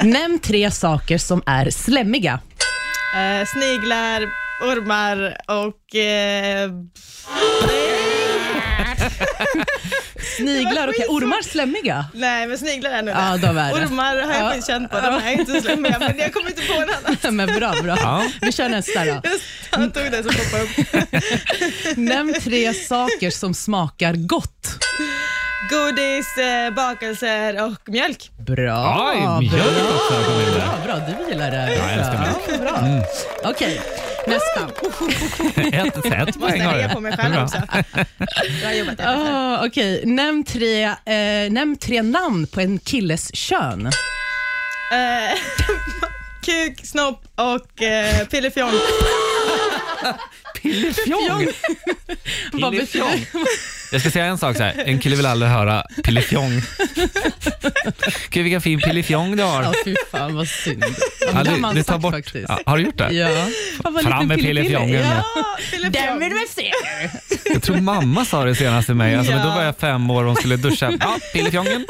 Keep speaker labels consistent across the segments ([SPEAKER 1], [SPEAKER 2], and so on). [SPEAKER 1] Nämn tre saker som är slemmiga.
[SPEAKER 2] Eh, sniglar, ormar och... Eh,
[SPEAKER 1] Sniglar och ormar slemmiga.
[SPEAKER 2] nej, men sniglar är nog
[SPEAKER 1] Ja,
[SPEAKER 2] det.
[SPEAKER 1] de är det.
[SPEAKER 2] Ormar har
[SPEAKER 1] Ja.
[SPEAKER 2] jag faktiskt känt på. De är inte slemmiga, men jag kommer inte på en annan.
[SPEAKER 1] Men bra, bra.
[SPEAKER 3] Ja.
[SPEAKER 1] Vi kör nästa då.
[SPEAKER 2] Han tog den som poppade upp.
[SPEAKER 1] Nämn tre saker som smakar gott.
[SPEAKER 2] Godis, eh, bakelser och mjölk.
[SPEAKER 1] Bra.
[SPEAKER 3] Oj,
[SPEAKER 1] bra.
[SPEAKER 3] mjölk också har kommit in där.
[SPEAKER 1] Ja, bra, du gillar det.
[SPEAKER 3] jag älskar mjölk.
[SPEAKER 1] Ja, bra. Okej, nästa.
[SPEAKER 3] Ett, ett
[SPEAKER 2] Måste
[SPEAKER 3] poäng har
[SPEAKER 2] heja
[SPEAKER 3] du.
[SPEAKER 2] på mig
[SPEAKER 3] Det är
[SPEAKER 2] själv
[SPEAKER 3] bra.
[SPEAKER 2] också. Bra jobbat. Ebba.
[SPEAKER 1] Ah, Okej, nämn, tre, eh, nämn tre namn på en killes kön.
[SPEAKER 2] Eh, Kuk, snopp och eh, pillefjong.
[SPEAKER 3] Pillefjong.
[SPEAKER 1] Vad betyder-
[SPEAKER 3] Pillefjong. Jag ska säga en sak så här. En kille vill aldrig höra pillefjong. Gud vilken fin pillefjong du har.
[SPEAKER 1] Ja, fy fan vad synd.
[SPEAKER 3] Ja,
[SPEAKER 1] Det har
[SPEAKER 3] du,
[SPEAKER 1] man
[SPEAKER 3] du tar
[SPEAKER 1] sagt
[SPEAKER 3] bort.
[SPEAKER 1] faktiskt.
[SPEAKER 3] Ja, har du gjort det?
[SPEAKER 1] Ja.
[SPEAKER 3] Fram med pillefjongen.
[SPEAKER 1] Ja.
[SPEAKER 3] nu.
[SPEAKER 1] Den vill
[SPEAKER 2] Ja, pillefjong.
[SPEAKER 1] du väl se?
[SPEAKER 3] Jag tror mamma sa det senast till mig, alltså, men då
[SPEAKER 2] Ja.
[SPEAKER 3] var jag fem år och hon skulle duscha. Ja, pillefjongen.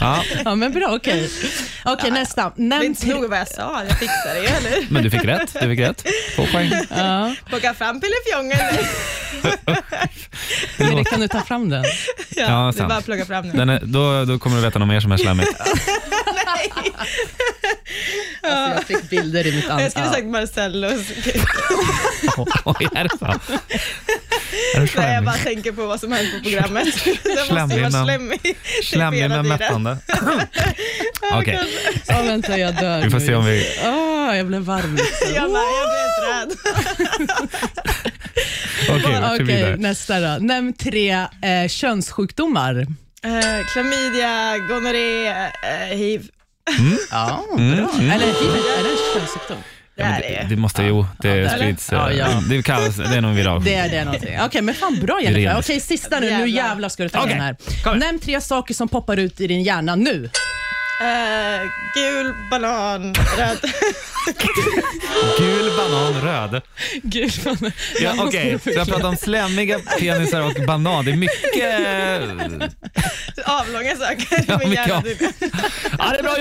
[SPEAKER 3] Ja,
[SPEAKER 1] Ja, men bra, okej. Okej, nästa.
[SPEAKER 2] Det är
[SPEAKER 1] Nämn
[SPEAKER 2] inte
[SPEAKER 1] tre...
[SPEAKER 2] nog vad jag sa, jag fixar det ju, eller
[SPEAKER 3] men du fick rätt. Du fick rätt. Två poäng.
[SPEAKER 1] Ja,
[SPEAKER 2] Plocka fram pillefjongen.
[SPEAKER 1] men det kan du ta fram den.
[SPEAKER 3] Ja,
[SPEAKER 2] Ja, det är
[SPEAKER 3] sant.
[SPEAKER 2] bara att plocka fram nu.
[SPEAKER 3] Den är, då, då kommer du veta något mer som är slemmigt.
[SPEAKER 1] Alltså, jag fick bilder i mitt
[SPEAKER 2] Jag
[SPEAKER 1] ansikte.
[SPEAKER 2] skulle sagt Marcellos.
[SPEAKER 3] Oj, är det så? Är det
[SPEAKER 2] Nej, jag
[SPEAKER 3] slemmigt?
[SPEAKER 2] bara tänker på vad som hände på programmet. Den måste ju
[SPEAKER 3] Slemmig,
[SPEAKER 2] vara
[SPEAKER 3] men-
[SPEAKER 2] slemmig. Det är
[SPEAKER 3] Slemmig
[SPEAKER 2] fel
[SPEAKER 3] men
[SPEAKER 2] att i den.
[SPEAKER 3] mättande. Okej,
[SPEAKER 1] Ja, vänta, jag dör
[SPEAKER 3] vi får
[SPEAKER 1] nu.
[SPEAKER 3] se om vi...
[SPEAKER 1] Ah, jag blev varm.
[SPEAKER 2] Jag bara, jag blir helt rädd.
[SPEAKER 3] Okej, vi kör
[SPEAKER 1] Okej,
[SPEAKER 3] vidare.
[SPEAKER 1] nästa då. Nämn tre eh, könssjukdomar.
[SPEAKER 2] Eh, Klamydia, gonorré, eh, hiv.
[SPEAKER 1] Ja,
[SPEAKER 3] Mm, mm.
[SPEAKER 1] Eller hiv, är det en könssjukdom?
[SPEAKER 2] Det
[SPEAKER 3] Ja, men
[SPEAKER 2] här
[SPEAKER 3] det,
[SPEAKER 2] är
[SPEAKER 3] det måste, jo, det
[SPEAKER 1] eller?
[SPEAKER 3] sprids.
[SPEAKER 1] Ja,
[SPEAKER 3] eh,
[SPEAKER 1] ja.
[SPEAKER 3] Det, kallas, det är nog viral.
[SPEAKER 1] Det är det någonting. Okej, men fan bra Jennifer. Okej,
[SPEAKER 3] Irenes.
[SPEAKER 1] sista nu. Nu
[SPEAKER 2] Jävlar.
[SPEAKER 1] jävlar ska du ta
[SPEAKER 3] Okej,
[SPEAKER 1] den här.
[SPEAKER 3] kom igen.
[SPEAKER 1] Nämn tre saker som poppar ut i din hjärna nu.
[SPEAKER 2] eh, gul, banan, röd.
[SPEAKER 3] Gul banan röd.
[SPEAKER 1] Gud, fan.
[SPEAKER 3] Ja, Okej, så jag pratar om slemmiga penisar och banan. Det är mycket...
[SPEAKER 2] Avlånga saker i
[SPEAKER 3] Ja,
[SPEAKER 2] min
[SPEAKER 3] men
[SPEAKER 2] hjärna.
[SPEAKER 3] ja.
[SPEAKER 2] typ.
[SPEAKER 3] Ja, det är bra